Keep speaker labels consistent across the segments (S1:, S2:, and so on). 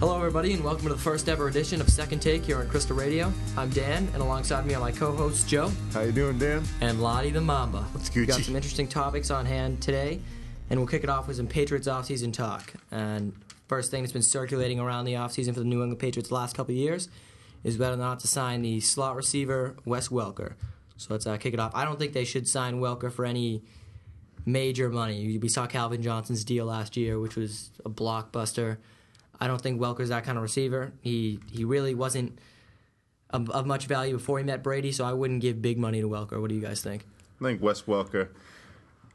S1: Hello, everybody, and welcome to the first ever edition of Second Take here on Crystal Radio. I'm Dan, and alongside me are my co-hosts Joe
S2: How you doing, Dan?
S1: and Lottie the Mamba.
S2: What's
S1: We got
S2: Gucci?
S1: some interesting topics on hand today, and we'll kick it off with some Patriots offseason talk. And first thing that's been circulating around the offseason for the New England Patriots the last couple of years is whether or not to sign the slot receiver Wes Welker. So let's uh, kick it off. I don't think they should sign Welker for any major money. We saw Calvin Johnson's deal last year, which was a blockbuster. I don't think Welker's that kind of receiver. He he really wasn't of, of much value before he met Brady, so I wouldn't give big money to Welker. What do you guys think?
S2: I think Wes Welker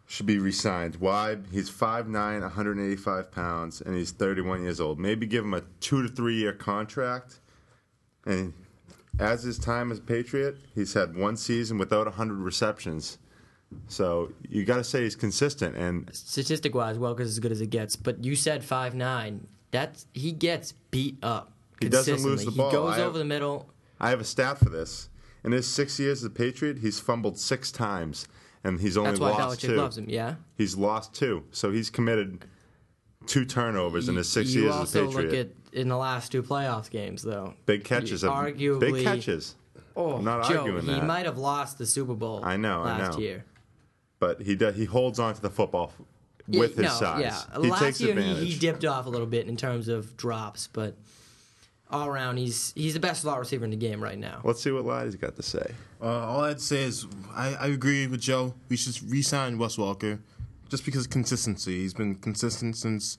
S2: should be re-signed. Why? He's 5'9", 185 pounds, and he's 31 years old. Maybe give him a two to three year contract. And as his time as a Patriot, he's had one season without 100 receptions. So you got to say he's consistent. And
S1: statistic wise, Welker's as good as it gets. But you said five nine. That's he gets beat up.
S2: He doesn't lose
S1: consistently.
S2: the ball.
S1: He goes
S2: I-
S1: over the middle.
S2: I have a stat for this. In his six years as a Patriot, he's fumbled six times, and he's only
S1: That's why
S2: lost
S1: Belichick
S2: two.
S1: loves him. Yeah.
S2: He's lost two, so he's committed two turnovers in his six
S1: you
S2: years as a
S1: also
S2: Patriot.
S1: look at in the last two playoffs games though.
S2: Big catches. Of,
S1: Arguably,
S2: big catches.
S1: Oh,
S2: I'm not
S1: Joe,
S2: arguing
S1: he
S2: that.
S1: might have lost the Super Bowl.
S2: I know, I
S1: Last
S2: know.
S1: year.
S2: But he does, he holds on to the football f-
S1: Yeah,
S2: with his
S1: no,
S2: size.
S1: Yeah,
S2: He
S1: last
S2: takes
S1: year
S2: advantage.
S1: He, he dipped off a little bit in terms of drops, but all around he's he's the best slot receiver in the game right now.
S2: Let's see what Lottie's got to say.
S3: Uh, all I'd say is I, I agree with Joe. We should re-sign Wes Walker just because of consistency. He's been consistent since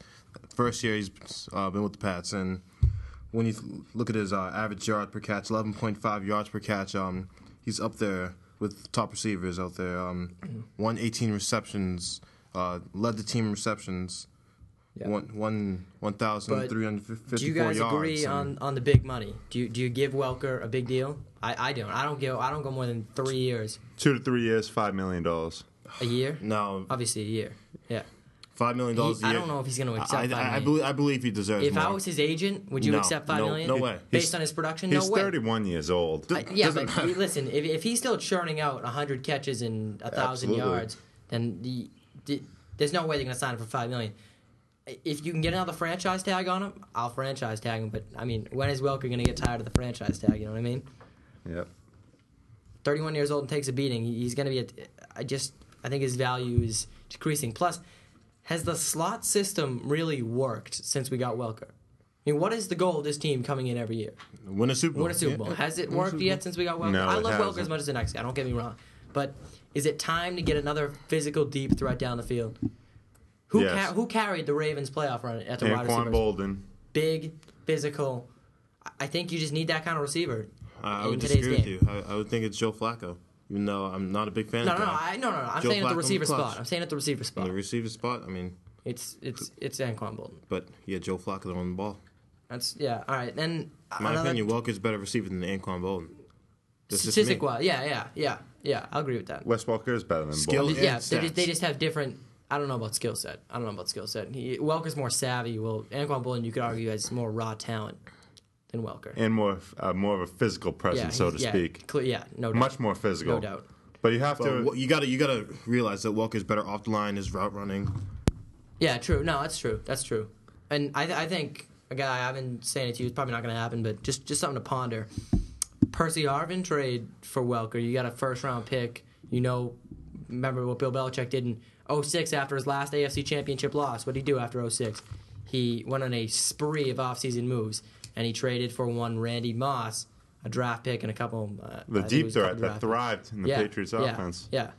S3: first year he's uh, been with the Pats, and when you look at his uh, average yard per catch, 11.5 yards per catch, um, he's up there with top receivers out there. Um,
S1: Mm-hmm.
S3: 118 receptions, uh, led the team in receptions.
S1: Yeah.
S3: One, one,
S1: Do you
S3: 1,354
S1: guys
S3: yards.
S1: agree
S3: and-
S1: on, on the big money? Do you do you give Welker a big deal? I, I don't. I don't go. I don't go more than three years
S2: Two to three years, five million dollars.
S1: a year.
S3: No,
S1: Obviously a year. Yeah.
S3: five million
S1: He,
S3: dollars. a
S1: I
S3: year.
S1: don't know if he's going to accept
S3: I,
S1: five million.
S3: I, I, believe, I believe he deserves
S1: if
S3: more.
S1: I was his agent, would you
S3: No,
S1: accept five
S3: no,
S1: million?
S3: no way.
S1: Based
S2: He's-
S1: on his production,
S2: He's
S1: no way.
S2: 31 years old.
S1: I- yeah,
S3: Doesn't
S1: but
S3: matter.
S1: listen, if, if he's still churning out hundred catches and thousand
S2: Absolutely.
S1: yards, then the, the, there's no way they're going to sign him for five million. If you can get another franchise tag on him, I'll franchise tag him. But I mean, when is Welker going to get tired of the franchise tag? You know what I mean?
S2: Yep.
S1: 31 years old and takes a beating, he- he's going to be. A, I just I think his value is decreasing. Plus, has the slot system really worked since we got Welker? I mean, what is the goal of this team coming in every year?
S3: Win a Super Bowl.
S1: Win a Super
S3: Yeah.
S1: Bowl. Has it worked yet since we got Welker?
S2: No,
S1: I
S2: it
S1: love Welker
S2: hasn't.
S1: as much as the next guy. Don't get me wrong, but is it time to get another physical deep threat down the field? Who
S2: Yes.
S1: ca- who carried the Ravens playoff run at the wide
S2: Anquan
S1: receivers?
S2: Bolden.
S1: Big, physical. I- I think you just need that kind of receiver
S3: I, I
S1: in
S3: would
S1: today's
S3: disagree
S1: game.
S3: with you. I, I would think it's Joe Flacco, even though I'm not a big fan
S1: No,
S3: of
S1: no,
S3: him.
S1: no, I, no, no, no. I'm
S3: Joe
S1: saying at the
S3: Flacco
S1: receiver
S3: clutch.
S1: spot. I'm saying at the receiver
S3: On
S1: spot.
S3: the receiver spot, I mean,
S1: It's it's it's Anquan Bolden.
S3: but yeah, Joe Flacco that won the ball.
S1: That's yeah. All right. Then
S3: In my
S1: another
S3: opinion, Welker's better receiver than Anquan Bolden. That's just me.
S1: statistic wise, yeah, yeah, yeah, yeah. I'll agree with that.
S2: Wes Welker is better than
S3: Skill-
S2: Bolden.
S3: and
S1: yeah, they just, they
S3: stats.
S1: just have different. I don't know about skill set. I don't know about skill set. He, Welker's more savvy. Well, Anquan Bolden, you could argue, has more raw talent than Welker.
S2: And more, of- uh, more of a physical presence,
S1: yeah,
S2: so to
S1: he's- yeah,
S2: speak.
S1: cle- yeah, no doubt.
S2: Much more physical.
S1: No doubt.
S2: But you have
S3: But
S2: to.
S3: what- you gotta you gotta realize that Welker's better off the line, his route running.
S1: Yeah, true. No, that's true. That's true. And I, th- I think a guy I've been saying it to you. It's probably not going to happen, but just just something to ponder. Percy Harvin trade for Welker. You got a first round pick. You know, remember what Bill Belichick did in 06 after his last AFC Championship loss. What did he do after 06? He went on a spree of offseason moves, and he traded for one Randy Moss, a draft pick, and a couple. Uh,
S2: the
S1: I think it
S2: deep
S1: was a couple
S2: threat that
S1: draft picks.
S2: thrived in the Patriots
S1: yeah,
S2: offense.
S1: Yeah.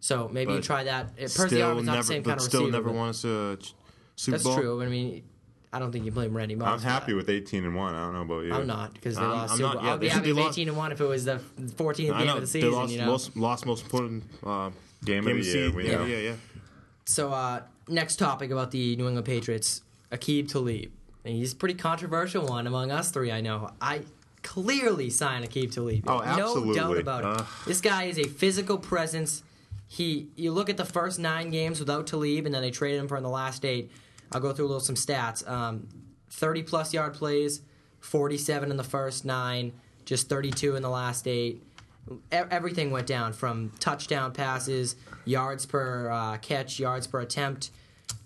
S1: So maybe you
S3: But
S1: try that. Percy
S3: still
S1: Harvin's not
S3: never,
S1: the same
S3: but
S1: kind of
S3: still
S1: receiver.
S3: never
S1: but-
S3: won us a ch- Super
S1: that's
S3: Bowl.
S1: true. but I mean, I don't think you blame Randy Moss.
S2: I'm
S1: for
S2: happy
S1: that.
S2: with 18 and 1. I don't know about you.
S1: I'm not because they
S3: I'm-
S1: lost.
S3: I'm
S1: Super
S3: not-
S1: Bowl.
S3: yeah,
S1: I'll be
S3: they-
S1: happy
S3: they
S1: with
S3: lost-
S1: 18 and one if it was the 14th
S3: I
S1: game
S3: know
S1: of the
S3: they
S1: season.
S3: lost
S1: you know.
S3: most lost most important uh,
S2: Game of the year,
S3: season.
S2: we
S3: Yeah,
S2: know.
S3: yeah, yeah.
S1: So uh, next topic about the New England Patriots, Akib Talib. And he's a pretty controversial one among us three. I know. I clearly sign Akib Talib.
S2: Oh,
S1: No doubt
S2: absolutely.
S1: about
S3: Ugh.
S1: it. This guy is a physical presence. He, you look at the first nine games without Talib, and then they traded him for in the last eight. I'll go through a little some stats. Um, Thirty plus yard plays, forty-seven in the first nine, just thirty-two in the last eight. E- everything went down from touchdown passes, yards per uh, catch, yards per attempt.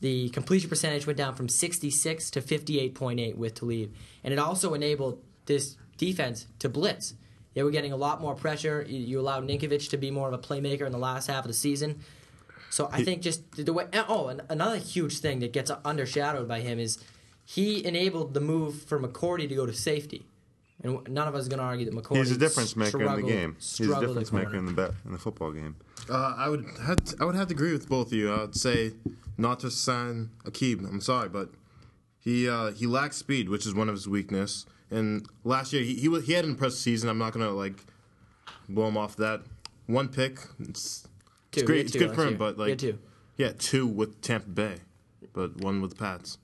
S1: The completion percentage went down from 66 to 58.8 with Talib, and it also enabled this defense to blitz. They were getting a lot more pressure. You, you allowed Ninkovic to be more of a playmaker in the last half of the season. So I think just the way. and- Oh, and another huge thing that gets undershadowed by him is he enabled the move for McCordy to go to safety, and none of us is going to argue that McCordy.
S2: He's a difference maker in the
S1: struggled-
S2: game. He's a
S1: struggled at
S2: difference
S1: corner.
S2: maker in the bet in the football game.
S3: Uh, I would have to, I would have to agree with both of you. I'd say not to sign Akib. I'm sorry, but he uh, he lacks speed, which is one of his weakness. And last year he he, wa- he had an impressive season. I'm not gonna like blow him off that one pick. It's,
S1: Two,
S3: it's
S1: he
S3: great.
S1: had
S3: It's
S1: two
S3: good
S1: last
S3: for him,
S1: year.
S3: but
S1: He
S3: like
S1: had two.
S3: yeah, two with Tampa Bay, but one with the Pats.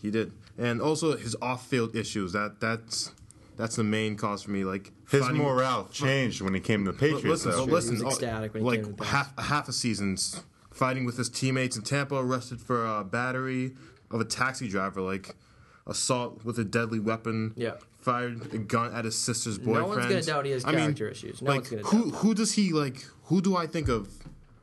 S3: He did, and also his off-field issues. That that's that's the main cause for me. Like
S2: His
S3: finding-
S2: morale changed when he came to the
S3: but
S2: Patriots.
S3: listen,
S2: though.
S3: but listen, oh,
S1: He was ecstatic when he came to
S3: like
S1: the
S3: half half a season's fighting with his teammates in Tampa, arrested for uh, battery of a taxi driver, like assault with a deadly weapon.
S1: Yeah.
S3: fired a gun at his sister's
S1: one's
S3: boyfriend.
S1: gonna doubt he has
S3: I mean,
S1: character issues. No
S3: like,
S1: one's gonna
S3: who who does he like? Who do I think of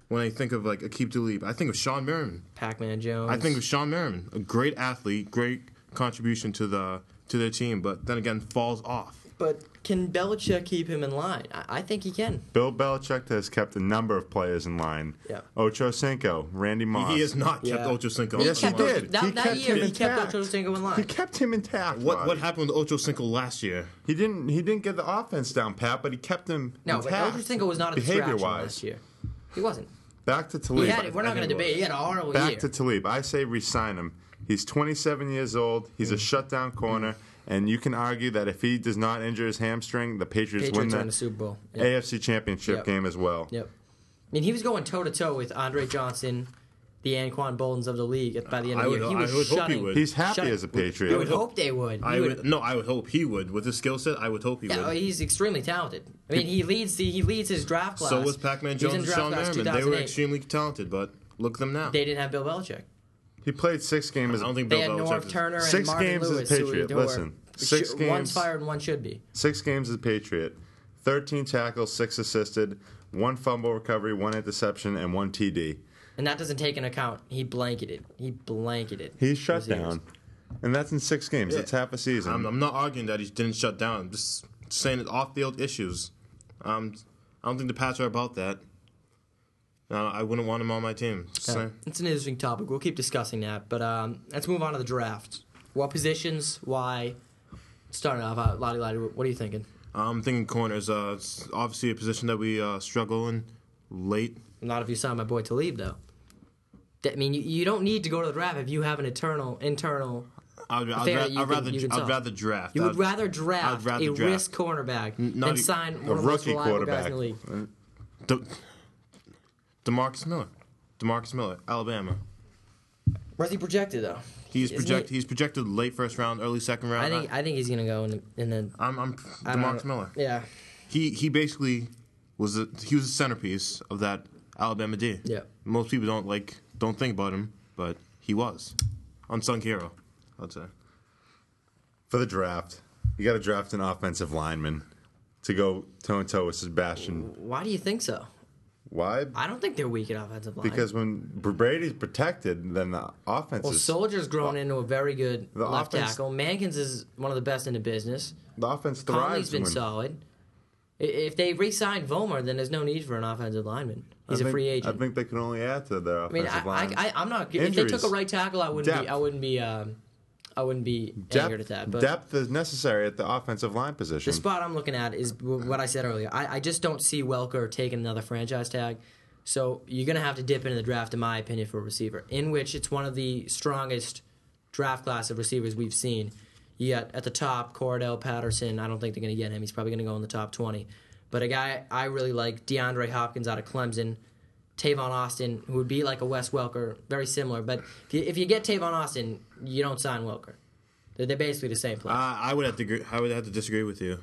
S3: when I think of like Akib Talib? I think of Sean Merriman.
S1: Pac-Man Jones.
S3: I think of Sean Merriman, a great athlete, great contribution to the to their team, but then again falls off.
S1: But can Belichick keep him in line? I, I think he can.
S2: Bill Belichick has kept a number of players in line.
S1: Yeah.
S2: Ocho Cinco, Randy Moss.
S3: He has not kept
S1: Yeah.
S3: Ocho Cinco.
S2: Yes, he
S3: on the line.
S2: did.
S1: That-
S2: he
S1: that
S2: kept
S1: year,
S2: him
S1: he kept
S2: intact.
S1: Ochocinco in line.
S2: He kept him intact.
S3: What
S2: Roddy.
S3: what happened with Ocho Cinco last year?
S2: He didn't. He didn't get the offense down, Pat, but he kept him
S1: No, but
S2: intact.
S1: Ochocinco was not a distraction last year. He wasn't.
S2: Back to Talib.
S1: He had, we're
S2: I
S1: not going
S2: think
S1: to
S2: it was.
S1: debate. He had a horrible
S2: Back
S1: year.
S2: to Talib. I say resign him. He's 27 years old. He's
S1: Mm.
S2: a shutdown corner, and you can argue that if he does not injure his hamstring, the Patriots,
S1: Patriots are in
S2: win
S1: the
S2: the
S1: Super Bowl. Yeah.
S2: AFC Championship
S1: Yep.
S2: game as well.
S1: Yep. I mean, he was going toe to toe with Andre Johnson, the Anquan Boldens of the league at, by the end of
S3: I
S1: the
S3: would-
S1: year. He
S3: I
S1: was
S3: would hope he
S1: shutting.
S3: would.
S2: He's happy
S1: shutting-
S2: as a Patriot.
S1: I would hope they would.
S3: I
S1: He
S3: would, no, I would hope he would with his skill set. I would hope he
S1: Yeah, oh,
S3: would.
S1: he's extremely talented. I mean, he leads the he leads his draft class.
S3: so was Pac-Man
S1: He was
S3: Jones
S1: in
S3: and
S1: draft
S3: Sean
S1: class
S3: Merriman. They were
S1: 2008.
S3: extremely talented, but look at them now.
S1: They didn't have Bill Belichick.
S2: He played six games.
S3: I don't think
S1: They
S3: Bill
S1: had
S3: Belichick
S1: Norv
S3: is-
S1: Turner and
S2: Six
S1: Marvin
S2: games as a
S1: Lewis. who we
S2: Patriot.
S1: know are-
S2: Listen, six
S1: sh- One's
S2: games-
S1: fired and one should be.
S2: Six games as a Patriot, 13 tackles, six assisted, one fumble recovery, one interception, and one TD.
S1: And that doesn't take into account he blanketed. He blanketed.
S2: He's shut
S1: Those years.
S2: down. And that's in six games. That's half a season.
S3: I'm, I'm not arguing that he didn't shut down. I'm just saying it's off-field issues. Um, I don't think the Pats are about that. No, I wouldn't want him on my team. Just
S1: Yeah.
S3: saying.
S1: It's an interesting topic. We'll keep discussing that. But um, let's move on to the draft. What positions? Why? Starting off, uh, Lottie Lottie, what are you thinking?
S3: I'm thinking corners. Uh, it's obviously a position that we uh, struggle in late.
S1: Not if you sign my boy to leave, though. That- I mean, you, you don't need to go to the draft if you have an eternal internal.
S3: I'd, I'd,
S1: Fair,
S3: ra-
S1: you
S3: I'd
S1: can-
S3: rather
S1: you can
S3: I'd
S1: tell.
S3: rather draft.
S1: You would
S3: I'd-
S1: rather draft
S3: I'd rather
S1: a
S3: draft.
S1: risk cornerback
S3: not
S1: than
S3: e-
S1: sign
S2: a
S1: one of the most
S2: rookie
S1: reliable guys
S2: quarterback.
S1: in the league.
S3: De- Demarcus Miller. Demarcus Miller, Alabama.
S1: Where's he projected though?
S3: He's
S1: Isn't
S3: project.
S1: he-
S3: He's projected late first round, early second round.
S1: I think I think he's gonna go in the, in the
S3: I, am I'm
S1: I don't
S3: Demarcus
S1: know.
S3: Miller.
S1: Yeah,
S3: He he basically was a, he was the centerpiece of that Alabama D.
S1: Yeah.
S3: Most people don't like don't think about him, but he was unsung hero. I'd say.
S2: For the draft, you got to draft an offensive lineman to go toe and toe with Sebastian.
S1: why do you think so?
S2: Why?
S1: I don't think they're weak at offensive line.
S2: Because when Brady's protected, then the offense
S1: well,
S2: is.
S1: Soldier's grown into a very good
S2: The
S1: left
S2: offense-
S1: tackle. Mankins is one of the best in the business.
S2: the offense
S1: Conley's
S2: thrives.
S1: been
S2: when-
S1: solid. I- If they re-signed Vollmer, then there's no need for an offensive lineman.
S2: I
S1: He's a
S2: think-
S1: free
S2: I
S1: agent.
S2: think they can only add to their
S1: I mean,
S2: offensive
S1: I,
S2: line.
S1: I, I, I'm not. If they
S2: Injuries.
S1: took a right tackle, I wouldn't be.
S2: Depth.
S1: I wouldn't be. Um, I wouldn't be angered at that. But
S2: depth is necessary at the offensive line position.
S1: The
S3: Mm-hmm.
S1: spot I'm looking at is w- what I said earlier. I, I just don't see Welker taking another franchise tag. So you're going to have to dip into the draft, in my opinion, for a receiver, in which it's one of the strongest draft class of receivers we've seen. You got at the top Cordell Patterson. I don't think they're going to get him. He's probably going to go in the top 20. But a guy I really like, DeAndre Hopkins out of Clemson, Tavon Austin, who would be like a Wes Welker, very similar. But if you, if you get Tavon Austin, you don't sign Welker. They're, they're basically the same player.
S3: I, I would have to agree, I would have to disagree with you.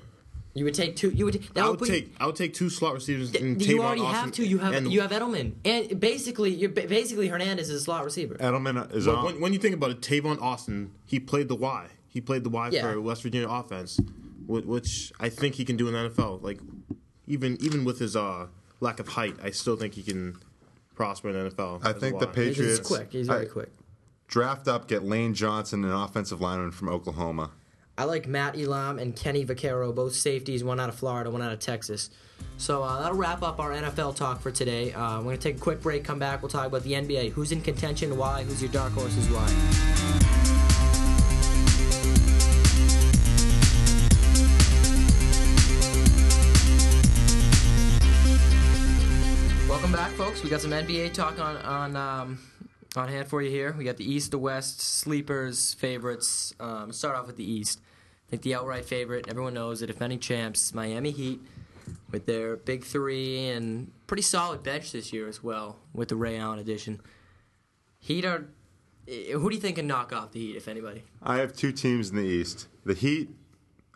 S1: you would take two. You would that
S3: I
S1: would
S3: would
S1: put,
S3: take I would take two slot receivers. And
S1: Oh, you
S3: Tavon
S1: already
S3: Austin
S1: have to. You have
S3: and-
S1: you have Edelman, and basically you're ba- basically Hernandez is a slot receiver.
S3: Uh,
S2: Edelman is
S3: But
S2: on.
S3: when, when you think about it, Tavon Austin, he played the Y. He played the Y
S1: Yeah.
S3: for West Virginia offense, whi- which I think he can do in the NFL. Like even even with his uh, lack of height, I still think he can prosper in the NFL.
S2: I
S3: as a
S2: think the
S3: wide.
S1: He's,
S2: Patriots
S1: quick. He's very
S2: I-
S1: quick.
S2: draft up, get Lane Johnson, an offensive lineman from Oklahoma.
S1: I like Matt Elam and Kenny Vaccaro, both safeties, one out of Florida, one out of Texas. So uh, that'll wrap up our NFL talk for today. Uh, we're going to take a quick break, come back. We'll talk about the NBA. Who's in contention? Why? Who's your dark horses? Why? Welcome back, folks. We got some NBA talk on on um, on hand for you here. We got the East, the West, sleepers, favorites. Um, start off with the East. I think the outright favorite. Everyone knows the defending champs, Miami Heat, with their big three and pretty solid bench this year as well, with the Ray Allen addition. Heat are. eh, Who do you think can knock off the Heat, if anybody?
S2: I have two teams in the East the Heat,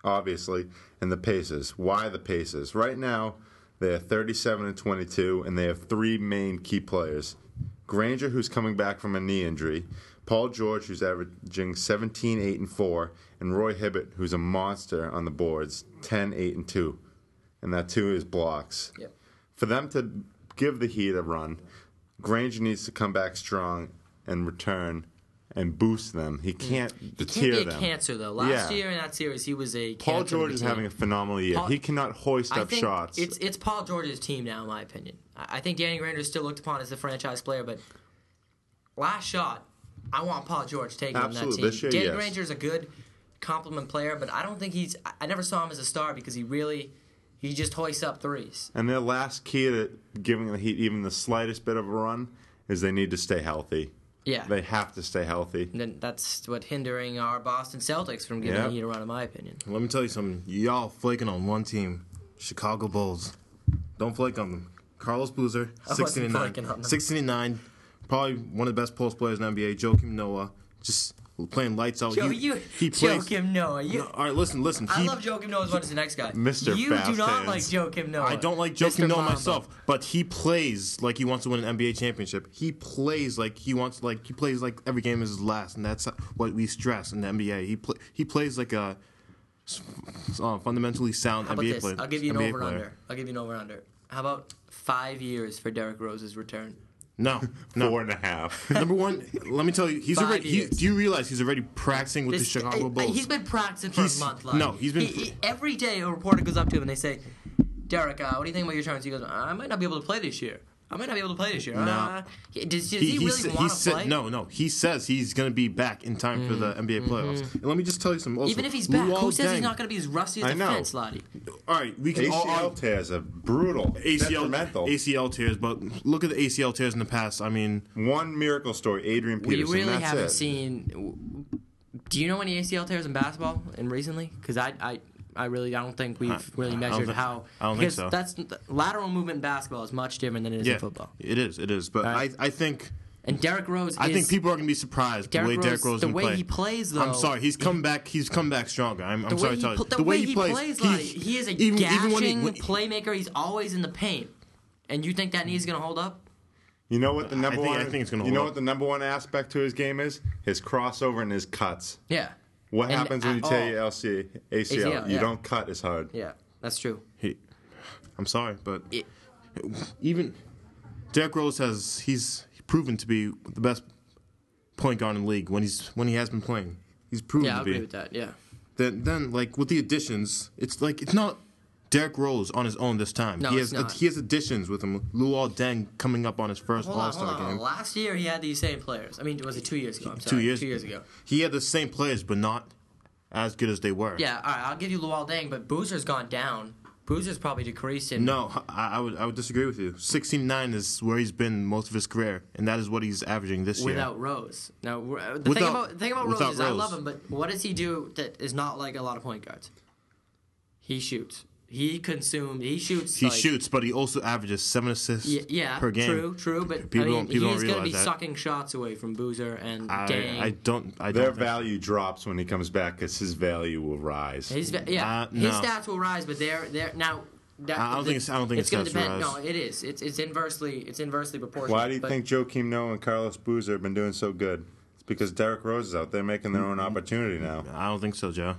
S2: obviously, and the Pacers. Why the Pacers? Right now, they're 37 and 22, and they have three main key players Granger, who's coming back from a knee injury, Paul George, who's averaging 17, 8, and 4, and Roy Hibbert, who's a monster on the boards, 10, 8, and 2. And that two is blocks.
S1: Yep.
S2: for them to give the Heat a run, Granger needs to come back strong and return and boost them. He can't
S1: Mm. He can't
S2: deter
S1: be a
S2: them.
S1: cancer though. Last
S2: Yeah.
S1: year in that series, he was a.
S2: Paul
S1: cancer to
S2: George
S1: the
S2: is
S1: team.
S2: having a phenomenal year.
S1: Paul-
S2: he cannot hoist
S1: I
S2: up
S1: think
S2: shots.
S1: It's it's Paul George's team now, in my opinion. I I think Danny Granger is still looked upon as the franchise player, but last shot, I want Paul George taking on that
S2: Absolutely.
S1: team.
S2: This year,
S1: Danny
S2: yes.
S1: Granger's a good complement player, but I don't think he's. I- I never saw him as a star because he really he just hoists up threes.
S2: and their last key to giving the Heat even the slightest bit of a run is they need to stay healthy.
S1: Yeah,
S2: They have to stay healthy.
S1: and then that's what hindering our Boston Celtics from getting
S2: Yeah.
S1: the Heat a run, in my opinion.
S3: Let me tell you something. Y'all flaking on one team, Chicago Bulls. Don't flake on them. Carlos Boozer,
S1: I wasn't
S3: 16 and 9.
S1: flaking on them.
S3: 16 and 9. Probably one of the best post players in the NBA, Joakim Noah. Just playing lights out.
S1: Yo, you,
S3: he plays.
S1: Joakim Noah, you.
S3: No, all right, listen, listen.
S1: I
S3: he,
S1: love Joakim Noah as much as the next guy.
S2: Mr.
S1: You do
S2: Fast
S1: not like
S2: Hands.
S1: Joakim Noah.
S3: I don't like
S1: Mr.
S3: Joakim Noah
S1: Mamba.
S3: myself, but he plays like he wants to win an NBA championship. He plays like he wants, like he plays like every game is his last, and that's what we stress in the NBA. He pl- he plays like a s- uh, fundamentally sound
S1: How about
S3: NBA
S1: this?
S3: player.
S1: I'll give you an
S3: NBA
S1: over
S3: player.
S1: under. I'll give you an over under. How about five years for Derrick Rose's return?
S3: No, no.
S2: Four and a half.
S3: Number one, let me tell you, he's
S1: Five
S3: already. He,
S1: years.
S3: do you realize he's already practicing with
S1: This-
S3: the Chicago
S1: I- I-
S3: Bulls?
S1: He's been practicing for
S3: He's-
S1: a month.
S3: no, he's been-
S1: He- he- every day, a reporter goes up to him and they say, "Derek, uh, what do you think about your returns?" He goes, "I might not be able to play this year. I might not be able to play this year."
S3: No.
S1: Uh, he- does, does
S3: he,
S1: he,
S3: he
S1: really
S3: sa- he
S1: want to
S3: said-
S1: play? Mm-hmm.
S3: no, no. He says he's going to be back in time for the NBA playoffs. And let me just tell you something. Also,
S1: Even if he's back, who
S3: Luol
S1: says he's
S3: Deng-
S1: not going to be as rusty as
S2: I
S1: the
S2: know.
S1: fence, Lottie?
S3: All right, we can all
S2: ACL tears are brutal.
S3: ACL
S2: detrimental.
S3: ACL tears, but look at the ACL tears in the past. I mean,
S2: One miracle story, Adrian
S1: We
S2: Peterson.
S1: really
S2: that's
S1: haven't
S2: it.
S1: seen. Do you know any ACL tears in basketball and recently? Because I, I, I really I don't think we've really
S3: I don't
S1: measured
S3: think-
S1: how.
S3: I don't
S1: because
S3: think so.
S1: That's lateral movement in basketball is much different than it is
S3: yeah,
S1: in football.
S3: it is, it is. But
S1: right.
S3: I, I think,
S1: And Derrick Rose.
S3: I
S1: is,
S3: think people are going to be surprised
S1: Derrick
S3: the way
S1: Rose,
S3: Derrick Rose
S1: the
S3: can
S1: way
S3: play.
S1: he plays though.
S3: I'm sorry, he's come back. He's come back stronger. I'm, I'm
S1: The way,
S3: sorry, to
S1: he,
S3: tell you.
S1: pl- the way he plays, Lottie, he is a gashing playmaker. He's always in the paint, and you think that knee's going to hold up?
S2: You know what the number
S3: think-
S2: one?
S3: I think it's gonna
S2: You
S3: hold
S2: know
S3: up.
S2: what the number one aspect to his game is? His crossover and his cuts.
S1: Yeah.
S2: What
S1: And
S2: happens when
S1: at
S2: you tear
S1: all.
S2: your LC, ACL?
S1: ACL,
S2: you
S1: yeah.
S2: don't cut as hard.
S1: Yeah, that's true.
S3: He, I'm sorry, but
S1: It-
S3: even Derrick Rose has he's proven to be the best point guard in the league when he's when he has been playing. He's proven
S1: Yeah, I
S3: to be.
S1: agree with that. Yeah.
S3: Then then like with the additions, it's like it's not Derrick Rose on his own this time.
S1: No,
S3: he
S1: it's
S3: has
S1: not.
S3: he has additions with him. Luol Deng coming up on his first
S1: Hold on,
S3: All
S1: hold
S3: Star
S1: on.
S3: game.
S1: Last year he had these same players. I mean, was it two years ago? I'm
S3: Two
S1: sorry.
S3: years
S1: Two years ago.
S3: He had the same players, but not as good as they were.
S1: Yeah, all right, I'll give you Luol Deng, but Boozer's gone down. Boozer's probably decreased in.
S3: No, I, I would I would disagree with you. Sixteen nine is where he's been most of his career, and that is what he's averaging this year.
S1: Without Rose, now we're- the thing
S3: Without-
S1: about the thing about Rose
S3: without
S1: is I
S3: Rose.
S1: love him, but what does he do that is not like a lot of point guards? He shoots. He consumes. He shoots.
S3: He
S1: like-
S3: shoots, but he also averages seven assists
S1: y- Yeah,
S3: per game.
S1: true, true. But
S3: People
S1: I mean,
S3: don't- people don't
S1: he's gonna
S3: realize
S1: be
S3: that.
S1: sucking shots away from Boozer and
S3: I,
S1: Dang.
S3: I don't. I
S2: Their
S3: don't think-
S2: value drops when he comes back because his value will rise.
S1: His va- yeah,
S3: Uh,
S1: his
S3: no.
S1: stats will rise, but they're they're now. That,
S3: I don't think it's- I don't think
S1: it's
S3: his
S1: gonna
S3: stats will
S1: depend.
S3: rise.
S1: No, it is. It's it's inversely it's inversely proportional.
S2: Why do you
S1: but-
S2: think Joakim Noah and Carlos Boozer have been doing
S1: Mm-hmm.
S2: so good? It's because Derrick Rose is out there making their own opportunity now.
S3: I don't think so, Joe.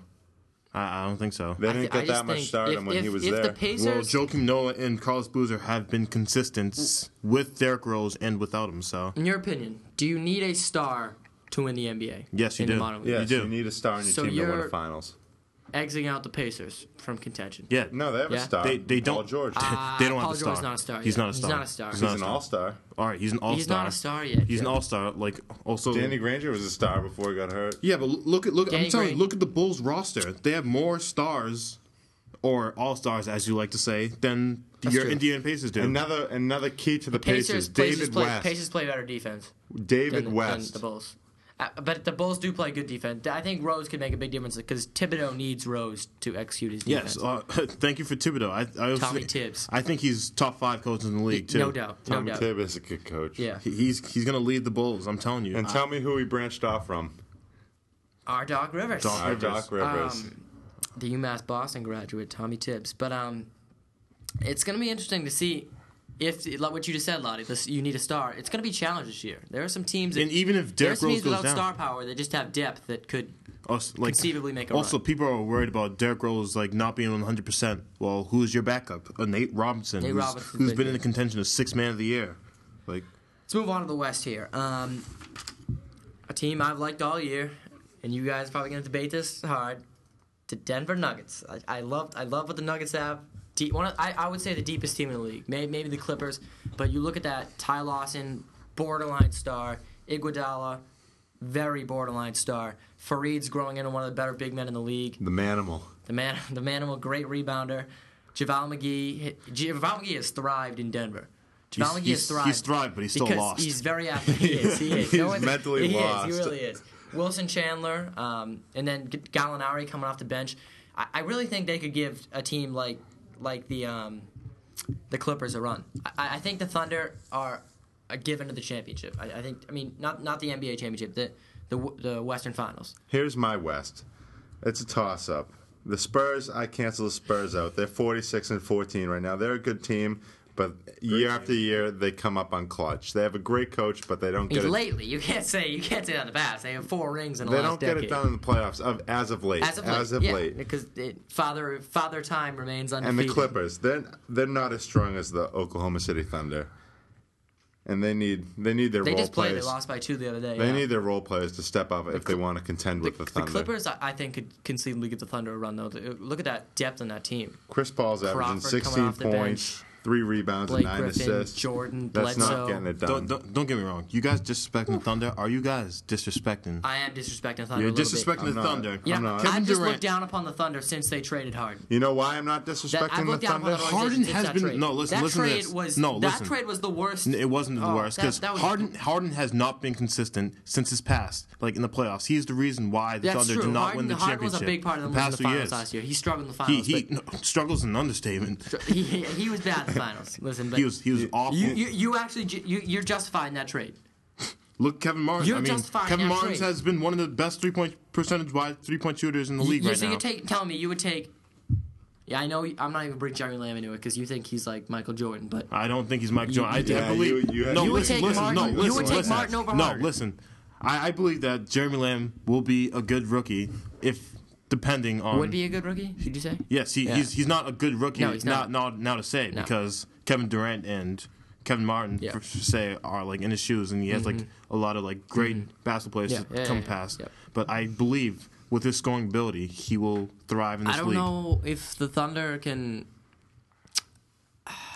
S3: I, I don't think so.
S2: They
S1: I
S2: didn't
S1: thi- I
S2: get
S1: just
S2: that much
S1: think
S2: stardom
S1: if-
S2: when
S1: if-
S2: he was
S1: if the
S2: there.
S1: Pacers-
S3: Well, Joakim Noah and Carlos Boozer have been consistent with Derrick Rose and without him. So
S1: In your opinion, do you need a star to win the NBA?
S3: Yes, you
S1: in the
S3: do.
S1: modern league?
S2: yes,
S3: you
S2: you,
S3: do.
S2: need a star on your
S1: So
S2: team to win
S1: you're-
S2: a finals.
S1: Exiting out the Pacers from contention.
S3: yeah,
S2: No, they have
S1: Yeah.
S2: a star.
S3: They- they
S2: Paul
S3: don't-
S2: George.
S1: Uh,
S3: they don't have
S1: Paul
S3: a
S1: George
S3: star.
S1: is not a star
S3: He's
S1: yet.
S3: not a
S1: He's
S3: star.
S1: not a star
S3: He's
S1: yet.
S2: He's
S3: not a
S2: an
S3: star.
S2: all-star.
S3: All right, he's an all star.
S1: He's not a star yet.
S3: He's an
S1: yeah.
S3: all star. Like also
S2: Danny Granger was a star before he got hurt.
S3: Yeah, but l- look at look.
S1: Danny
S3: I'm telling
S1: Green.
S3: you, look at the Bulls roster. They have more stars, or all stars, as you like to say, than your
S2: true.
S3: Indiana Pacers do.
S2: Another another key to the
S1: Pacers,
S2: Pacers,
S1: Pacers
S2: David
S1: play,
S2: West.
S1: Pacers play better defense than,
S2: David
S1: the-
S2: West.
S1: than the Bulls. Uh, but the Bulls do play good defense. I think Rose could make a big difference because Thibodeau needs Rose to execute his defense.
S3: yes, uh, thank you for Thibodeau. I, I also
S1: Tommy
S3: think-
S1: Tibbs.
S3: I think he's top five coach in the league too.
S1: no doubt, no
S2: Tommy
S1: doubt.
S2: Thibodeau is a good coach.
S1: Yeah,
S3: He- He's he's gonna lead the Bulls. I'm telling you.
S2: And
S3: I-
S2: tell me who he branched off from.
S1: our Doc Rivers.
S3: Doc
S2: Uh,
S3: Rivers.
S2: Doc Rivers.
S1: Um, the UMass Boston graduate Tommy Tibbs. But um, it's going to be interesting to see if like what you just said, Lottie. This, you need a star. It's going to be challenged this year. There are some teams. That,
S3: and even if
S1: there are
S3: Derrick
S1: some
S3: Rose
S1: teams
S3: goes
S1: without star
S3: down,
S1: power that just have depth that could.
S3: also, like,
S1: conceivably make a
S3: also
S1: run.
S3: people are worried about Derrick Rose like not being 100. percent Well, who's your backup? Uh, Nate Robinson,
S1: Nate
S3: who's,
S1: Robinson's
S3: who's
S1: been
S3: been in the
S1: good.
S3: contention of six man of the year. Like
S1: Let's move on to the West here. Um, a team I've liked all year, and you guys are probably going to debate this hard. The Denver Nuggets. I, I love I love what the Nuggets have. Deep, one of, I, I would say the deepest team in the league. Maybe, maybe the Clippers, but you look at that Ty Lawson, borderline star, Iguodala, very borderline star. Fareed's growing into one of the better big men in the league.
S2: The Manimal.
S1: The man, the manimal, great rebounder. JaVale McGee, JaVale McGee has thrived in Denver. JaVale McGee
S3: he's-
S1: has thrived.
S3: he's thrived, but he's still
S1: because
S3: lost.
S1: He's very athletic. He is. He is.
S2: He's
S1: one-
S2: mentally
S1: he Is,
S2: lost.
S1: he really is. Wilson Chandler, um, and then G- Gallinari coming off the bench. I, I really think they could give a team like like the um, the Clippers a run. I, I think the Thunder are a given to the championship. I, I think. I mean, not not the NBA championship. The the, w- the Western Finals.
S2: Here's my West. It's a toss-up. The Spurs, I cancel the Spurs out. They're 46 and 14 right now. They're a good team, but year after year they come up on clutch. They have a great coach, but they don't get it.
S1: lately, you can't say you can't say that in the past. They have four rings in the
S2: They
S1: last
S2: don't
S1: decade.
S2: get it done in the playoffs of, as of late.
S1: As of late, yeah, because it, father father time remains
S2: And
S1: undefeated.
S2: the Clippers, they're they're not as strong as the Oklahoma City Thunder, and they need they need their
S1: They
S2: role
S1: just played.
S2: players.
S1: They lost by two the other day.
S2: They
S1: yeah.
S2: need their role players to step up if they want to contend with the,
S1: the
S2: Thunder.
S1: Clippers. I, I think could conceivably give the Thunder a run though. Look at that depth on that team.
S2: Chris Paul's averaging
S1: Crawford coming
S2: 16
S1: off the bench.
S2: points, three rebounds,
S1: Blake
S2: and nine
S1: Griffin,
S2: assists.
S1: Jordan,
S2: That's
S1: Bledsoe.
S2: not getting it done.
S3: Don't, don't don't get me wrong. You guys disrespecting Thunder? Are you guys disrespecting?
S1: I am disrespecting Thunder.
S3: You're
S1: a little bit.
S3: disrespecting the
S2: I'm not.
S3: Thunder.
S1: Yeah,
S2: I'm not.
S1: I've
S3: Kevin
S1: just
S3: Durant.
S1: looked down upon the Thunder since they traded Harden.
S2: You know why I'm not
S1: That, I've
S2: disrespecting the
S1: looked down upon
S2: Thunder?
S1: the organization
S3: Harden
S1: since
S3: has
S1: that
S3: been-
S1: trade.
S3: no, listen-
S1: That
S3: listen to
S1: trade
S3: this.
S1: was
S3: No,
S1: that
S3: listen.
S1: trade was the worst.
S3: N- It wasn't the
S1: Oh,
S3: worst
S1: that-
S3: because
S1: that was-
S3: Harden Harden has not been consistent since his past, like in the playoffs. He's the reason why the
S1: That's
S3: Thunder
S1: true.
S3: did not
S1: Harden,
S3: win the
S1: Harden
S3: championship.
S1: was a big part of them
S3: the
S1: losing the
S3: past few
S1: finals
S3: years.
S1: last year. He struggled in the
S3: He
S1: finals.
S3: he no, struggles an understatement.
S1: but he, he, he was bad in the finals. Listen, but
S3: He was he was awful.
S1: You, you, you actually ju- you, you're justifying that trade.
S3: Look, Kevin Martin.
S1: You're
S3: I mean,
S1: justifying
S3: Kevin
S1: that
S3: Martin
S1: trade.
S3: has been one of the best three point percentage wide three point shooters in the league
S1: You-
S3: right
S1: so
S3: now.
S1: you're take, telling me you would take? Yeah, I know. you- I'm not even gonna bring Jeremy Lamb into it because you think he's like Michael Jordan, but
S3: I don't think he's Mike Jones. I,
S2: yeah,
S3: I believe
S2: you- you had-
S3: no.
S2: You would
S3: listen,
S1: take
S3: listen,
S1: Martin-
S3: no,
S1: you
S3: listen,
S1: would take
S3: listen.
S1: Martin over
S3: No,
S1: Harden.
S3: listen. I, I believe that Jeremy Lamb will be a good rookie if depending on
S1: would be a good rookie. Did you say?
S3: Yes, he,
S1: Yeah.
S3: he's he's not a good rookie.
S1: No, he's not.
S3: Now, now, now to say because Kevin Durant and Kevin Martin
S1: Yeah. Mm-hmm.
S3: per se are like in his shoes, and he has like a lot of like great basketball players
S1: Yeah,
S3: to
S1: yeah,
S3: come
S1: yeah, yeah.
S3: past.
S1: Yeah.
S3: But I believe with his scoring ability, he will thrive in this
S1: I don't
S3: league.
S1: know if the Thunder can.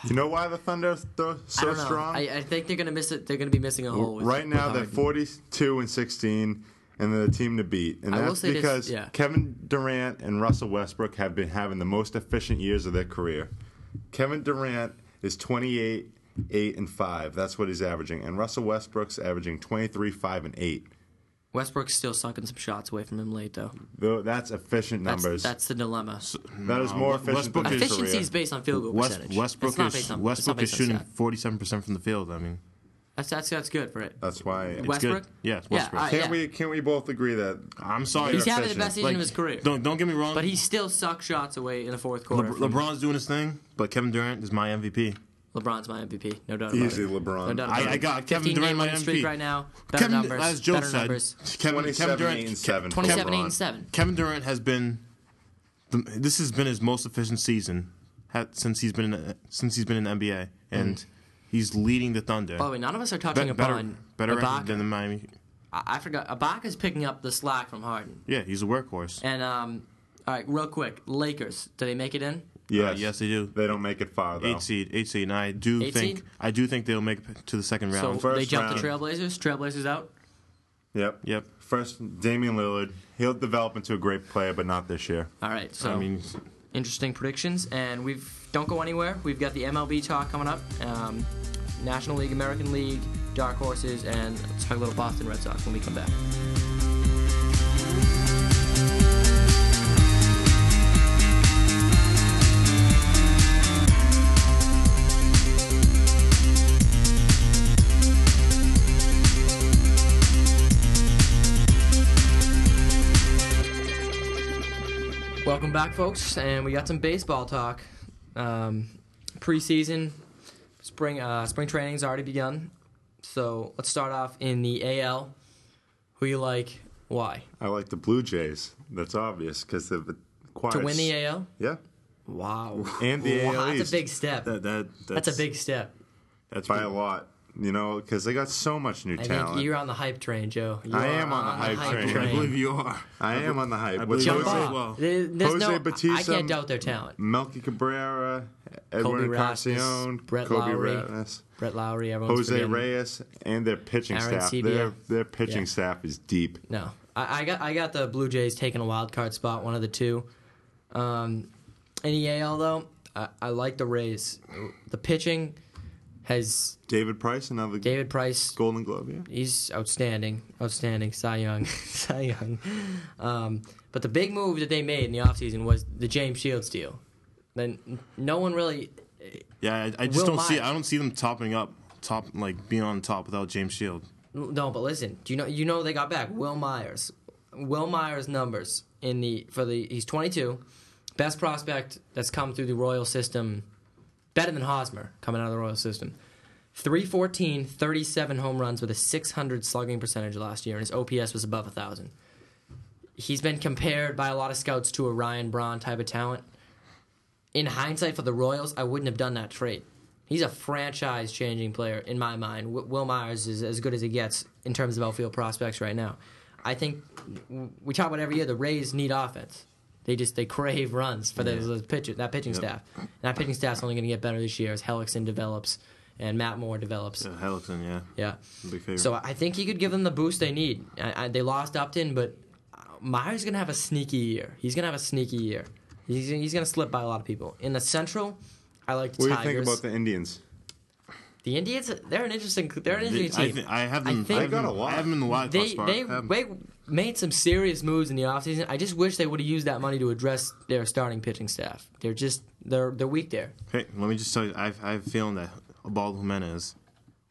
S2: You know why the Thunder are th-
S1: I
S2: so
S1: don't know.
S2: strong?
S1: I, I think they're gonna miss it. They're gonna be missing a hole. With,
S2: right now
S1: with
S2: they're
S1: Harden.
S2: 42 and 16, and they're the team to beat. And
S1: I will
S2: that's
S1: say this,
S2: because
S1: yeah.
S2: Kevin Durant and Russell Westbrook have been having the most efficient years of their career. Kevin Durant is 28, 8, and 5. That's what he's averaging. And Russell Westbrook's averaging 23, 5, and 8.
S1: Westbrook's still sucking some shots away from him late though.
S2: Though That's efficient
S1: That's,
S2: numbers.
S1: that's the dilemma.
S2: that is more efficient
S3: Westbrook
S2: than his
S1: Efficiency
S2: career.
S1: is based on field goal
S3: West,
S1: percentage.
S3: Westbrook
S1: It's not
S3: is
S1: based on- it's not
S3: Westbrook is
S1: based on
S3: shooting
S1: stat.
S3: forty seven percent from the field. I mean,
S1: That's, that's that's good for it.
S2: That's why.
S3: good.
S1: Westbrook.
S3: Yeah, Uh, it's Westbrook.
S1: all right,
S2: Can't
S1: yeah.
S2: we? Can't we both agree that
S3: I'm sorry.
S1: He's
S2: They're
S1: having the
S2: efficient.
S1: best season
S3: like,
S1: of his career,
S3: Don't don't get me wrong.
S1: but he still sucks shots away in the fourth
S3: Le-
S1: quarter. from-
S3: LeBron's doing his thing, but Kevin Durant is my MVP.
S1: LeBron's my MVP, no doubt about
S2: easily
S1: it.
S2: LeBron?
S1: No doubt.
S3: I, I got Kevin
S1: 15
S3: Durant
S1: game
S3: my
S1: winning streak
S3: MVP
S1: right now. Better
S3: Kevin,
S1: numbers.
S3: as Joe
S1: better
S3: said,
S1: numbers.
S3: Kevin, Kevin
S2: 27,
S3: Durant,
S2: eight, and seven. for
S1: 27, 8,
S2: LeBron.
S1: and 7.
S3: Kevin Durant has been the, this has been his most efficient season ha- since he's been in, since he's been in the NBA,
S1: Mm-hmm.
S3: and he's leading the Thunder.
S1: By the way, none of us are touching
S3: Be- better,
S1: upon
S3: better record
S1: Ibaka.
S3: than the Miami.
S1: I, I forgot. Ibaka's picking up the slack from Harden.
S3: Yeah, he's a workhorse.
S1: And um, all right, real quick, Lakers. Do they make it in?
S2: Yes.
S3: Uh, yes, they do.
S2: They don't make it far though.
S3: Eight seed, eight seed, and I do
S1: Eight
S3: think
S1: seed?
S3: I do think they'll make it to the second
S1: So
S3: round.
S1: they
S2: first
S1: jump the
S2: round.
S1: Trailblazers. Trailblazers out.
S2: Yep.
S3: Yep.
S2: First, Damian Lillard. He'll develop into a great player, but not this year.
S1: All right. So
S3: I mean,
S1: interesting predictions, and we've don't go anywhere. We've got the MLB talk coming up, um, National League, American League, dark horses, and let's talk a little Boston Red Sox when we come back. Welcome back, folks, and we got some baseball talk. Um, preseason, spring uh, spring training's already begun, so let's start off in the AL. Who you like? Why
S2: I like the Blue Jays. That's obvious because they've acquired
S1: to win the AL?
S2: yeah,
S1: Wow,
S2: and the E.
S1: wow,
S2: AL
S1: that's
S2: East
S1: a big step.
S3: that, that
S1: That's a big step.
S3: That's
S2: by
S3: big.
S2: a lot. You know, because they got so much new
S1: I
S2: talent.
S1: think you're on the hype train, Joe. You
S2: I
S1: are
S2: am on the hype train.
S3: I believe you are.
S2: I am on the hype.
S3: I
S2: With
S3: believe
S1: Jump
S3: Jose-
S2: Jose,
S1: off.
S3: well,
S1: There- There's
S2: Jose
S1: no, I- I
S2: Bautista-
S1: can't doubt their talent.
S2: Melky Cabrera, Edwin
S1: Kobe
S2: Encarnacion,
S1: Rasmus, Brett
S2: Kobe
S1: Lowry.
S2: Rasmus,
S1: Brett Lowry, everyone's
S2: Jose
S1: forgetting.
S2: Reyes, and their pitching
S1: Aaron
S2: staff.
S1: Sebia.
S2: Their their pitching
S1: Yeah.
S2: staff is deep.
S1: No, I, I got I got the Blue Jays taking a wild card spot, one of the two. Um, in the AL though, I, I like the Rays. The pitching has
S2: David Price, another
S1: David Price.
S2: Golden Glove. Yeah.
S1: He's outstanding, outstanding. Cy Young, Cy Young. Um, but the big move that they made in the offseason was the James Shields deal. Then no one really.
S3: Yeah, I, I just
S1: Will
S3: don't see.
S1: Myers.
S3: I don't see them topping up, top like being on top without James Shield.
S1: No, but listen. Do you know? You know they got back Will Myers. Will Myers numbers in the for the he's 22, best prospect that's come through the Royal system, better than Hosmer coming out of the Royal system. 314, 37 home runs with a 600 slugging percentage last year, and his OPS was above 1,000. He's been compared by a lot of scouts to a Ryan Braun type of talent. In hindsight, for the Royals, I wouldn't have done that trade. He's a franchise changing player in my mind. W- Will Myers is as good as he gets in terms of outfield prospects right now. I think w- we talk about every year the Rays need offense. They just they crave runs for those, those pitcher, that pitching staff. And that pitching staff's only going to get better this year as Hellickson develops and Matt Moore develops.
S3: Yeah, Hellickson, yeah,
S1: Yeah.
S3: big favorite.
S1: So I think he could give them the boost they need. I, I, they lost Upton, but uh, Meyer's going to have a sneaky year. He's going to have a sneaky year. He's, he's going to slip by a lot of people. In the Central, I like the
S2: What do you
S1: Tigers.
S2: think about the Indians?
S1: the Indians? They're an interesting. They're an
S3: They-
S1: interesting
S3: I,
S1: team.
S3: thi- I have
S1: I
S3: them. I,
S1: think-
S3: have
S2: They got
S3: them,
S2: a lot.
S3: I have them in the wild card
S1: they
S3: spot.
S1: they,
S3: I have-
S1: they made some serious moves in the offseason. I just wish they would have used that money to address their starting pitching staff. They're just they're they're weak there.
S3: hey, let me just tell you, I've, I have a feeling that Abal Jimenez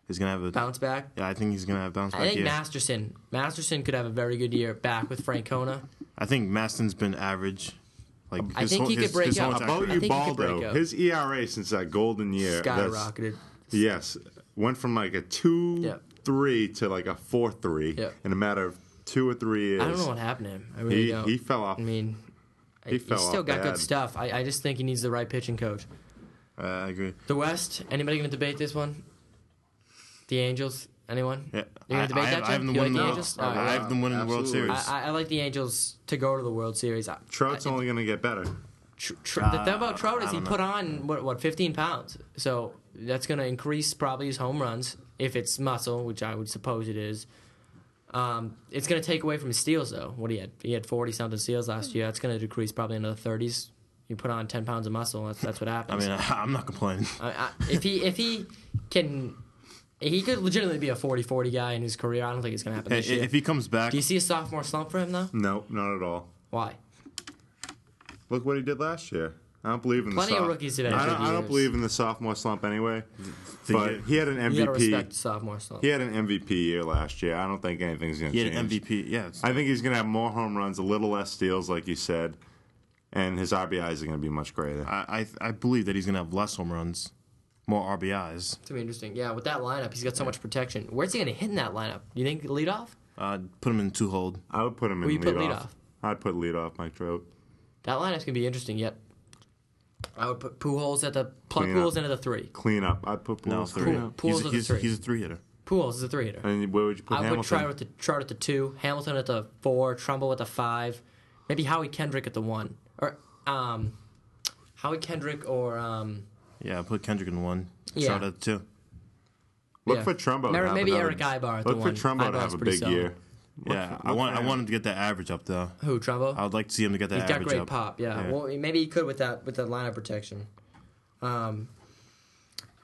S3: is gonna have a.
S1: Bounce back.
S3: Yeah, I think he's gonna have bounce
S1: I
S3: back.
S1: think
S3: yeah,
S1: Masterson Masterson could have a very good year back with Francona.
S3: I think Maston's been average. Like
S1: I think he could break out.
S3: whole
S1: About
S3: entire
S2: About
S1: I
S2: you,
S1: think he could break
S2: Baldo.
S1: out.
S2: His ERA since that golden year. that's-
S1: Skyrocketed.
S2: Yes, went from like a two
S1: Yep.
S2: three to like a four three
S1: Yep.
S2: in a matter of two or three years.
S1: I don't know what happened to him. I really
S2: he
S1: don't.
S2: he fell off.
S1: I mean,
S2: He
S1: he
S2: fell
S1: he's still
S2: off
S1: got
S2: bad.
S1: good stuff. I, I just think he needs the right pitching coach.
S3: Uh, I agree.
S1: The West. Anybody going to debate this one? The Angels. Anyone?
S3: Yeah,
S1: You're
S3: I,
S1: gonna debate
S3: I,
S1: that,
S3: have, I have
S1: Jim?
S3: them
S1: You
S3: winning
S1: like
S3: the
S1: the
S3: World.
S1: Angels? All
S3: I
S1: right.
S3: have them winning the World
S2: Absolutely.
S3: Series.
S1: I, I, I like the Angels to go to the World Series. I,
S2: Trout's
S1: I,
S2: only going to get better.
S1: tr- tr- the thing about Trout
S3: Uh, I
S1: is he
S3: don't know.
S1: put on what what 15 pounds, so that's going to increase probably his home runs if it's muscle, which I would suppose it is. Um, it's going to take away from his steals though. What he had, he had 40 something steals last year. That's going to decrease probably into the 30s. You put on 10 pounds of muscle, that's that's what
S3: I
S1: happens.
S3: mean, I, I'm not complaining.
S1: I, I, if he if he can, he could legitimately be a 40-40 guy in his career. I don't think it's going to happen
S3: Hey,
S1: this year.
S3: if he comes back,
S1: Do you see a sophomore slump for him though?
S2: No, not at all.
S1: Why?
S2: Look what he did last year. I don't believe in the
S1: Plenty of
S2: soph-
S1: rookies have had
S2: I
S1: good
S2: don't, I don't
S1: years.
S2: believe in the sophomore slump anyway.
S3: the-
S2: But he had an
S1: You got to respect
S2: MVP.
S1: the sophomore slump.
S2: He had an MVP year last year. I don't think anything's going to
S3: he
S2: change.
S3: had an MVP. Yeah, it's-
S2: I think he's going to have more home runs, a little less steals, like you said, and his RBIs are going to be much greater.
S3: I, I I believe that he's gonna have less home runs, more RBIs.
S1: It's gonna be interesting. Yeah, with that lineup, he's got so much protection. Where's he gonna hit in that lineup? You think leadoff?
S3: Uh, put him in two hold.
S2: I would put him in
S1: Who you
S2: leadoff.
S1: put leadoff?
S2: I'd put leadoff Mike Trout.
S1: That lineup's gonna be interesting. Yep. I would put Pujols at the plug
S2: Clean up.
S1: Pujols into the three.
S2: Clean up. I put
S3: No,
S2: Pujols
S3: three.
S2: three.
S1: Pool-
S3: he's,
S1: pools
S3: a,
S1: are the
S3: he's,
S1: three.
S3: he's a three hitter.
S1: Pujols is a three hitter.
S2: And where would you put
S1: I would try
S2: Hamilton?
S1: with the chart at the two, Hamilton at the four, Trumbull at the five, maybe Howie Kendrick at the one, or um, Howie Kendrick or um,
S3: Yeah, I put Kendrick in one.
S1: Yeah.
S3: Shout out to two.
S2: Look
S1: yeah.
S2: for Trumbo. to
S1: Maybe-
S2: have
S1: maybe
S2: another-
S1: Eric Ibar at the
S2: Look for
S1: one.
S2: Trumbo to
S1: Ibar's
S2: have a
S1: pretty
S2: big
S1: solid.
S2: year. Look
S3: Yeah,
S2: for-
S3: I
S2: look
S3: want
S2: for
S3: I
S2: him.
S3: want him to get that average up though.
S1: who Trumbo.
S3: I'd like to see him to get that
S1: He's got
S3: average
S1: great
S3: up.
S1: pop. Yeah.
S3: Yeah.
S1: Well, maybe he could with that with that lineup protection. Um,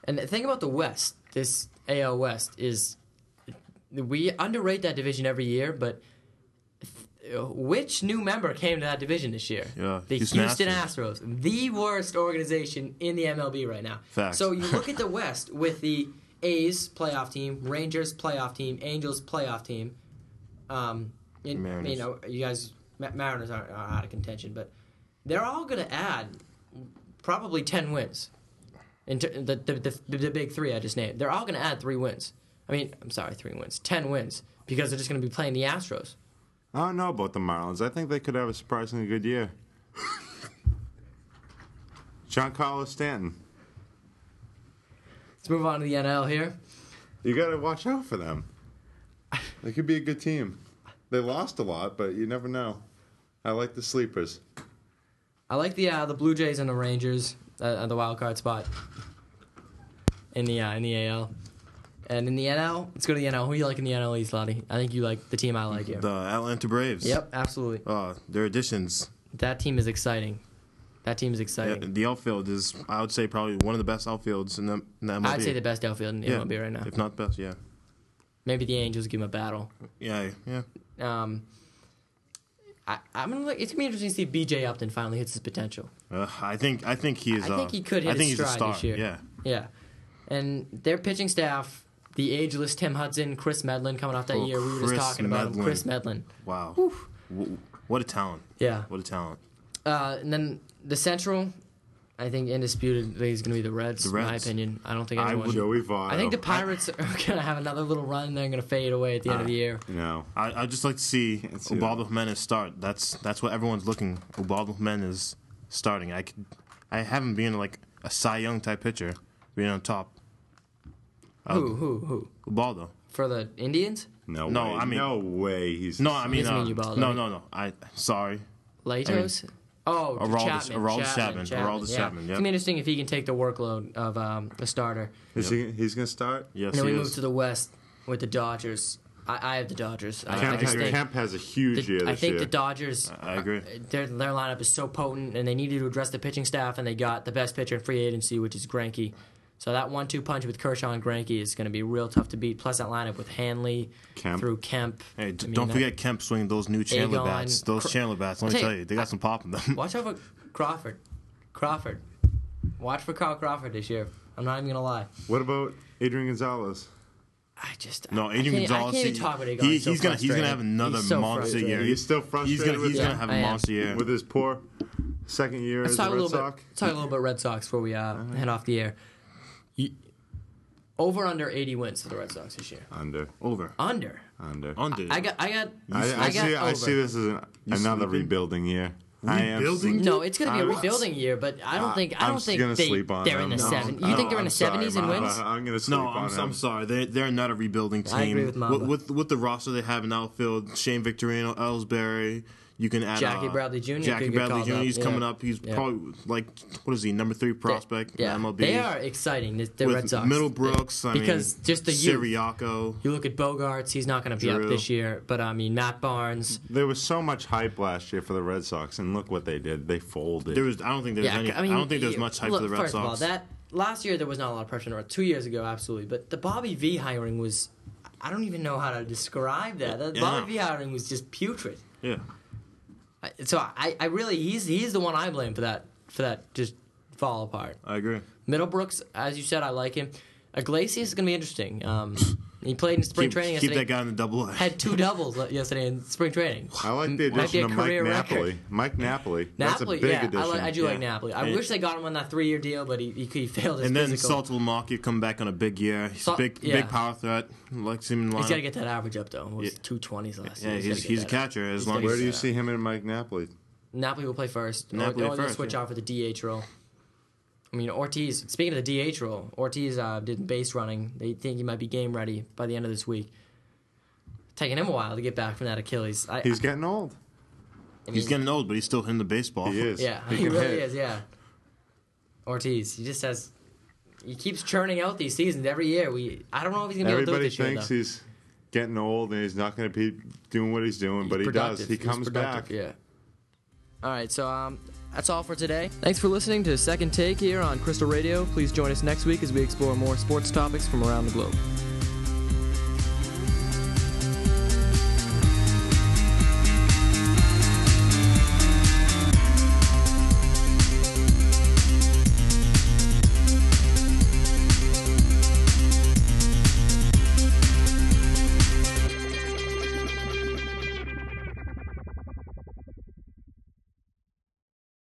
S1: and the thing about the West, this AL West is, we underrate that division every year, but. th- uh, Which new member came to that division this year?
S3: Yeah,
S1: the
S3: Houston
S1: Houston,
S3: Astros.
S1: Astros, the worst organization in the MLB right now.
S3: Facts.
S1: So you look at the West with the A's playoff team, Rangers playoff team, Angels playoff team, um, and,
S3: Mariners.
S1: you know, you guys, Ma- Mariners aren't, are out of contention, but they're all going to add probably 10 wins. In ter- the, the, the, the big three I just named. They're all going to add three wins. I mean, I'm sorry, three wins. 10 wins because they're just going to be playing the Astros.
S2: I don't know about the Marlins. I think they could have a surprisingly good year. John Carlos Stanton.
S1: Let's move on to the NL here.
S2: You got to watch out for them. They could be a good team. They lost a lot, but you never know. I like the sleepers.
S1: I like the uh, the Blue Jays and the Rangers uh, uh, the wild card spot in the uh, in the AL. And in the NL, let's go to the NL. Who you like in the NL East, Lottie? I think you like the team I like here.
S3: The Atlanta Braves.
S1: Yep, absolutely.
S3: Uh, their additions.
S1: That team is exciting. That team is
S3: Yeah,
S1: exciting.
S3: the outfield is, I would say, probably one of the best outfields in the, in the MLB.
S1: I'd say the best outfield in the
S3: yeah,
S1: MLB right now.
S3: If not the best, yeah.
S1: Maybe the Angels give him a battle.
S3: Yeah, yeah.
S1: Um, I, I'm gonna look, it's gonna be interesting to see if BJ Upton finally hits his potential.
S3: Uh, I think I think he is.
S1: I think
S3: uh,
S1: he could hit
S3: I think
S1: his
S3: he's a
S1: stride
S3: star.
S1: this year.
S3: Yeah,
S1: Yeah, and their pitching staff, the ageless Tim Hudson, Chris Medlin coming off that
S3: Oh,
S1: year. We were just
S3: Chris
S1: talking about him.
S3: Medlin.
S1: Chris Medlin.
S3: wow. W- What a talent.
S1: Yeah.
S3: What a talent.
S1: Uh, and then the Central, I think indisputably is going to be the Reds.
S3: The
S1: In my
S3: Reds.
S1: opinion, I don't think
S3: I
S1: anyone.
S3: would-
S2: Joey Votto.
S1: I think the Pirates are going to have another little run. They're going to fade away at the
S3: Uh,
S1: end of the year.
S2: No.
S3: I I'd just like to see
S2: see that.
S3: Ubaldo Jimenez start. That's that's what everyone's looking. Ubaldo Jimenez starting. I could, I haven't been like a Cy Young type pitcher being on top. uh,
S1: Who? Who? Who?
S3: Ubaldo.
S1: For the Indians?
S2: No,
S3: No,
S2: way.
S3: I mean-
S2: no way. He's
S3: No, I mean,
S1: doesn't
S3: uh,
S1: mean Ubaldo.
S3: no, no, no. I sorry.
S1: Latos? oh,
S3: Aroldis-
S1: Chapman.
S3: Aroldis
S1: Chapman.
S3: Chapman, Aroldis Chapman,
S1: It's going
S3: yep.
S1: to be interesting if he can take the workload of um, the starter.
S2: Is he, he's going to start?
S3: Yes,
S1: And then
S3: he
S1: we
S3: is.
S1: move to the West with the Dodgers. I, I have the Dodgers. I, I
S2: Kemp,
S1: just think,
S2: Kemp has a huge
S1: the-
S2: year this
S1: I think
S2: year.
S1: the Dodgers. uh,
S3: I agree.
S1: Their, their lineup is so potent, and they needed to address the pitching staff, and they got the best pitcher in free agency, which is Granky. So that one-two punch with Kershaw and Granky is going to be real tough to beat. Plus that lineup with Hanley
S2: Kemp.
S1: through Kemp.
S3: Hey, d-
S1: I mean,
S3: don't
S1: that-
S3: forget Kemp swinging those new Chandler
S1: Aegon,
S3: bats. Those
S1: Cro-
S3: Chandler bats. Let
S1: I'll
S3: me
S1: tell
S3: tell
S1: you,
S3: you, they got some pop in them.
S1: Watch out for Crawford. Crawford. Watch for Kyle Crawford this year. I'm not even going to lie.
S2: what about Adrian Gonzalez?
S1: I just
S3: No,
S1: I
S3: Adrian
S1: can't-
S3: Gonzalez.
S1: I can't even
S3: he-
S1: talk about Aegon.
S3: he-
S1: so
S3: he's gonna he's gonna have
S1: frustrating.
S3: another
S1: He's so
S3: monster
S1: frustrated.
S3: year.
S2: He's still
S3: He's
S2: frustrated
S3: gonna
S2: with
S3: he's
S1: that?
S3: gonna have
S1: I
S3: a
S1: am.
S3: monster year.
S2: with his poor second year
S1: Let's
S2: as a
S1: talk a
S2: Red
S1: little
S2: Sox.
S1: bit. Let's talk a little bit Red Sox before we uh, head off the air. You- over under 80 wins for the Red Sox this year.
S2: Under,
S3: Over.
S1: under.
S2: under.
S3: Under.
S1: I got. I got.
S2: I, I,
S1: I got
S2: see. I
S1: over.
S2: see this as an, another
S3: sleeping?
S2: rebuilding year. I am
S3: Rebuilding?
S2: sleep-
S1: No, it's going to be a
S2: I'm-
S1: rebuilding year, but I don't
S2: I-
S1: think. I
S2: I'm
S1: don't
S2: just
S1: think
S2: gonna
S1: they,
S2: sleep on
S1: they're in the
S2: them.
S3: No,
S1: seven.
S3: no,
S1: You think they're in
S2: I'm
S1: the
S2: sorry,
S1: seventies in
S2: Mamba.
S1: wins?
S2: I'm gonna sleep
S3: No, I'm,
S2: on
S3: s- I'm
S2: him.
S3: sorry. They they're not a rebuilding team.
S1: I agree with Mamba.
S3: with, with with the roster they have in outfield, Shane Victorino, Ellsbury, you can add
S1: Jackie
S3: uh,
S1: Bradley Jr.
S3: Jackie
S1: could get
S3: Bradley
S1: called
S3: Jr.
S1: up,
S3: He's
S1: yeah.
S3: coming up. He's
S1: Yeah.
S3: probably like what is he number three prospect?
S1: Yeah,
S3: in MLB.
S1: they are exciting. The, the
S3: with
S1: Red Sox.
S3: Middlebrooks. I
S1: because
S3: mean,
S1: just the youth.
S3: Siriaco.
S1: You look at Bogarts; he's not going to be
S3: Drew.
S1: up this year. But I mean, Matt Barnes.
S2: There was so much hype last year for the Red Sox, and look what they did. They folded.
S3: There was I don't think there's
S1: Yeah,
S3: any.
S1: I mean,
S3: don't think there's much hype
S1: look,
S3: for the Red
S1: first
S3: Sox.
S1: of all, that last year there was not a lot of pressure. on the Red- Two years ago, absolutely. But the Bobby V hiring was. I don't even know how to describe that. The
S3: Yeah.
S1: Bobby V hiring was just putrid.
S3: yeah.
S1: I- So I, I really he's he's the one I blame for that for that just fall apart.
S3: I agree.
S1: Middlebrooks, as you said, I like him. Iglesias is going to be interesting. Um, he played in spring
S3: Keep,
S1: training
S3: keep
S1: yesterday.
S3: that guy in the double A.
S1: Had two doubles yesterday in spring training.
S2: I like the
S1: Might be
S2: addition
S1: a
S2: of Mike
S1: career record.
S2: Napoli. Mike Napoli. That's a
S1: Napoli,
S2: big
S1: yeah,
S2: addition.
S1: I, like, I do like
S3: yeah.
S1: Napoli. I
S3: And-
S1: wish they got him on that three-year deal, but he, he, he failed his
S3: And then
S1: physical.
S3: Salt will mark you come back on a big year. He's
S1: Salt-
S3: a big
S1: yeah.
S3: big power threat. Likes him in line.
S1: He's got to get that average up though. It was two twenties last
S3: yeah,
S1: year.
S3: he's,
S1: gotta get
S3: he's a
S1: that up.
S3: catcher as
S1: He's
S3: long
S1: gotta
S2: Where
S3: as
S2: do you
S1: Yeah.
S2: see him and Mike Napoli?
S1: Napoli will play first.
S3: Napoli
S1: or, or they'll
S3: first,
S1: switch
S3: yeah.
S1: out for the DH role. I mean, Ortiz, speaking of the DH role, Ortiz uh, did base running. They think he might be game ready by the end of this week. Taking him a while to get back from that Achilles. I,
S2: He's getting old.
S1: I
S3: He's
S1: mean,
S3: getting old, but he's still hitting the baseball.
S2: He is.
S1: Yeah, he,
S2: can
S1: really
S2: hit.
S1: is. Yeah, Ortiz. He just has. He keeps churning out these seasons every year. We I don't know if he's gonna be able to do
S2: Everybody
S1: it this year.
S2: thinks
S1: though.
S2: he's getting old and he's not going to be doing what he's doing, but he does.
S1: productive.
S2: He
S1: He's
S2: comes
S1: productive,
S2: back.
S1: Yeah. All right, so um, that's all for today. Thanks for listening to Second Take here on Crystal Radio. Please join us next week as we explore more sports topics from around the globe.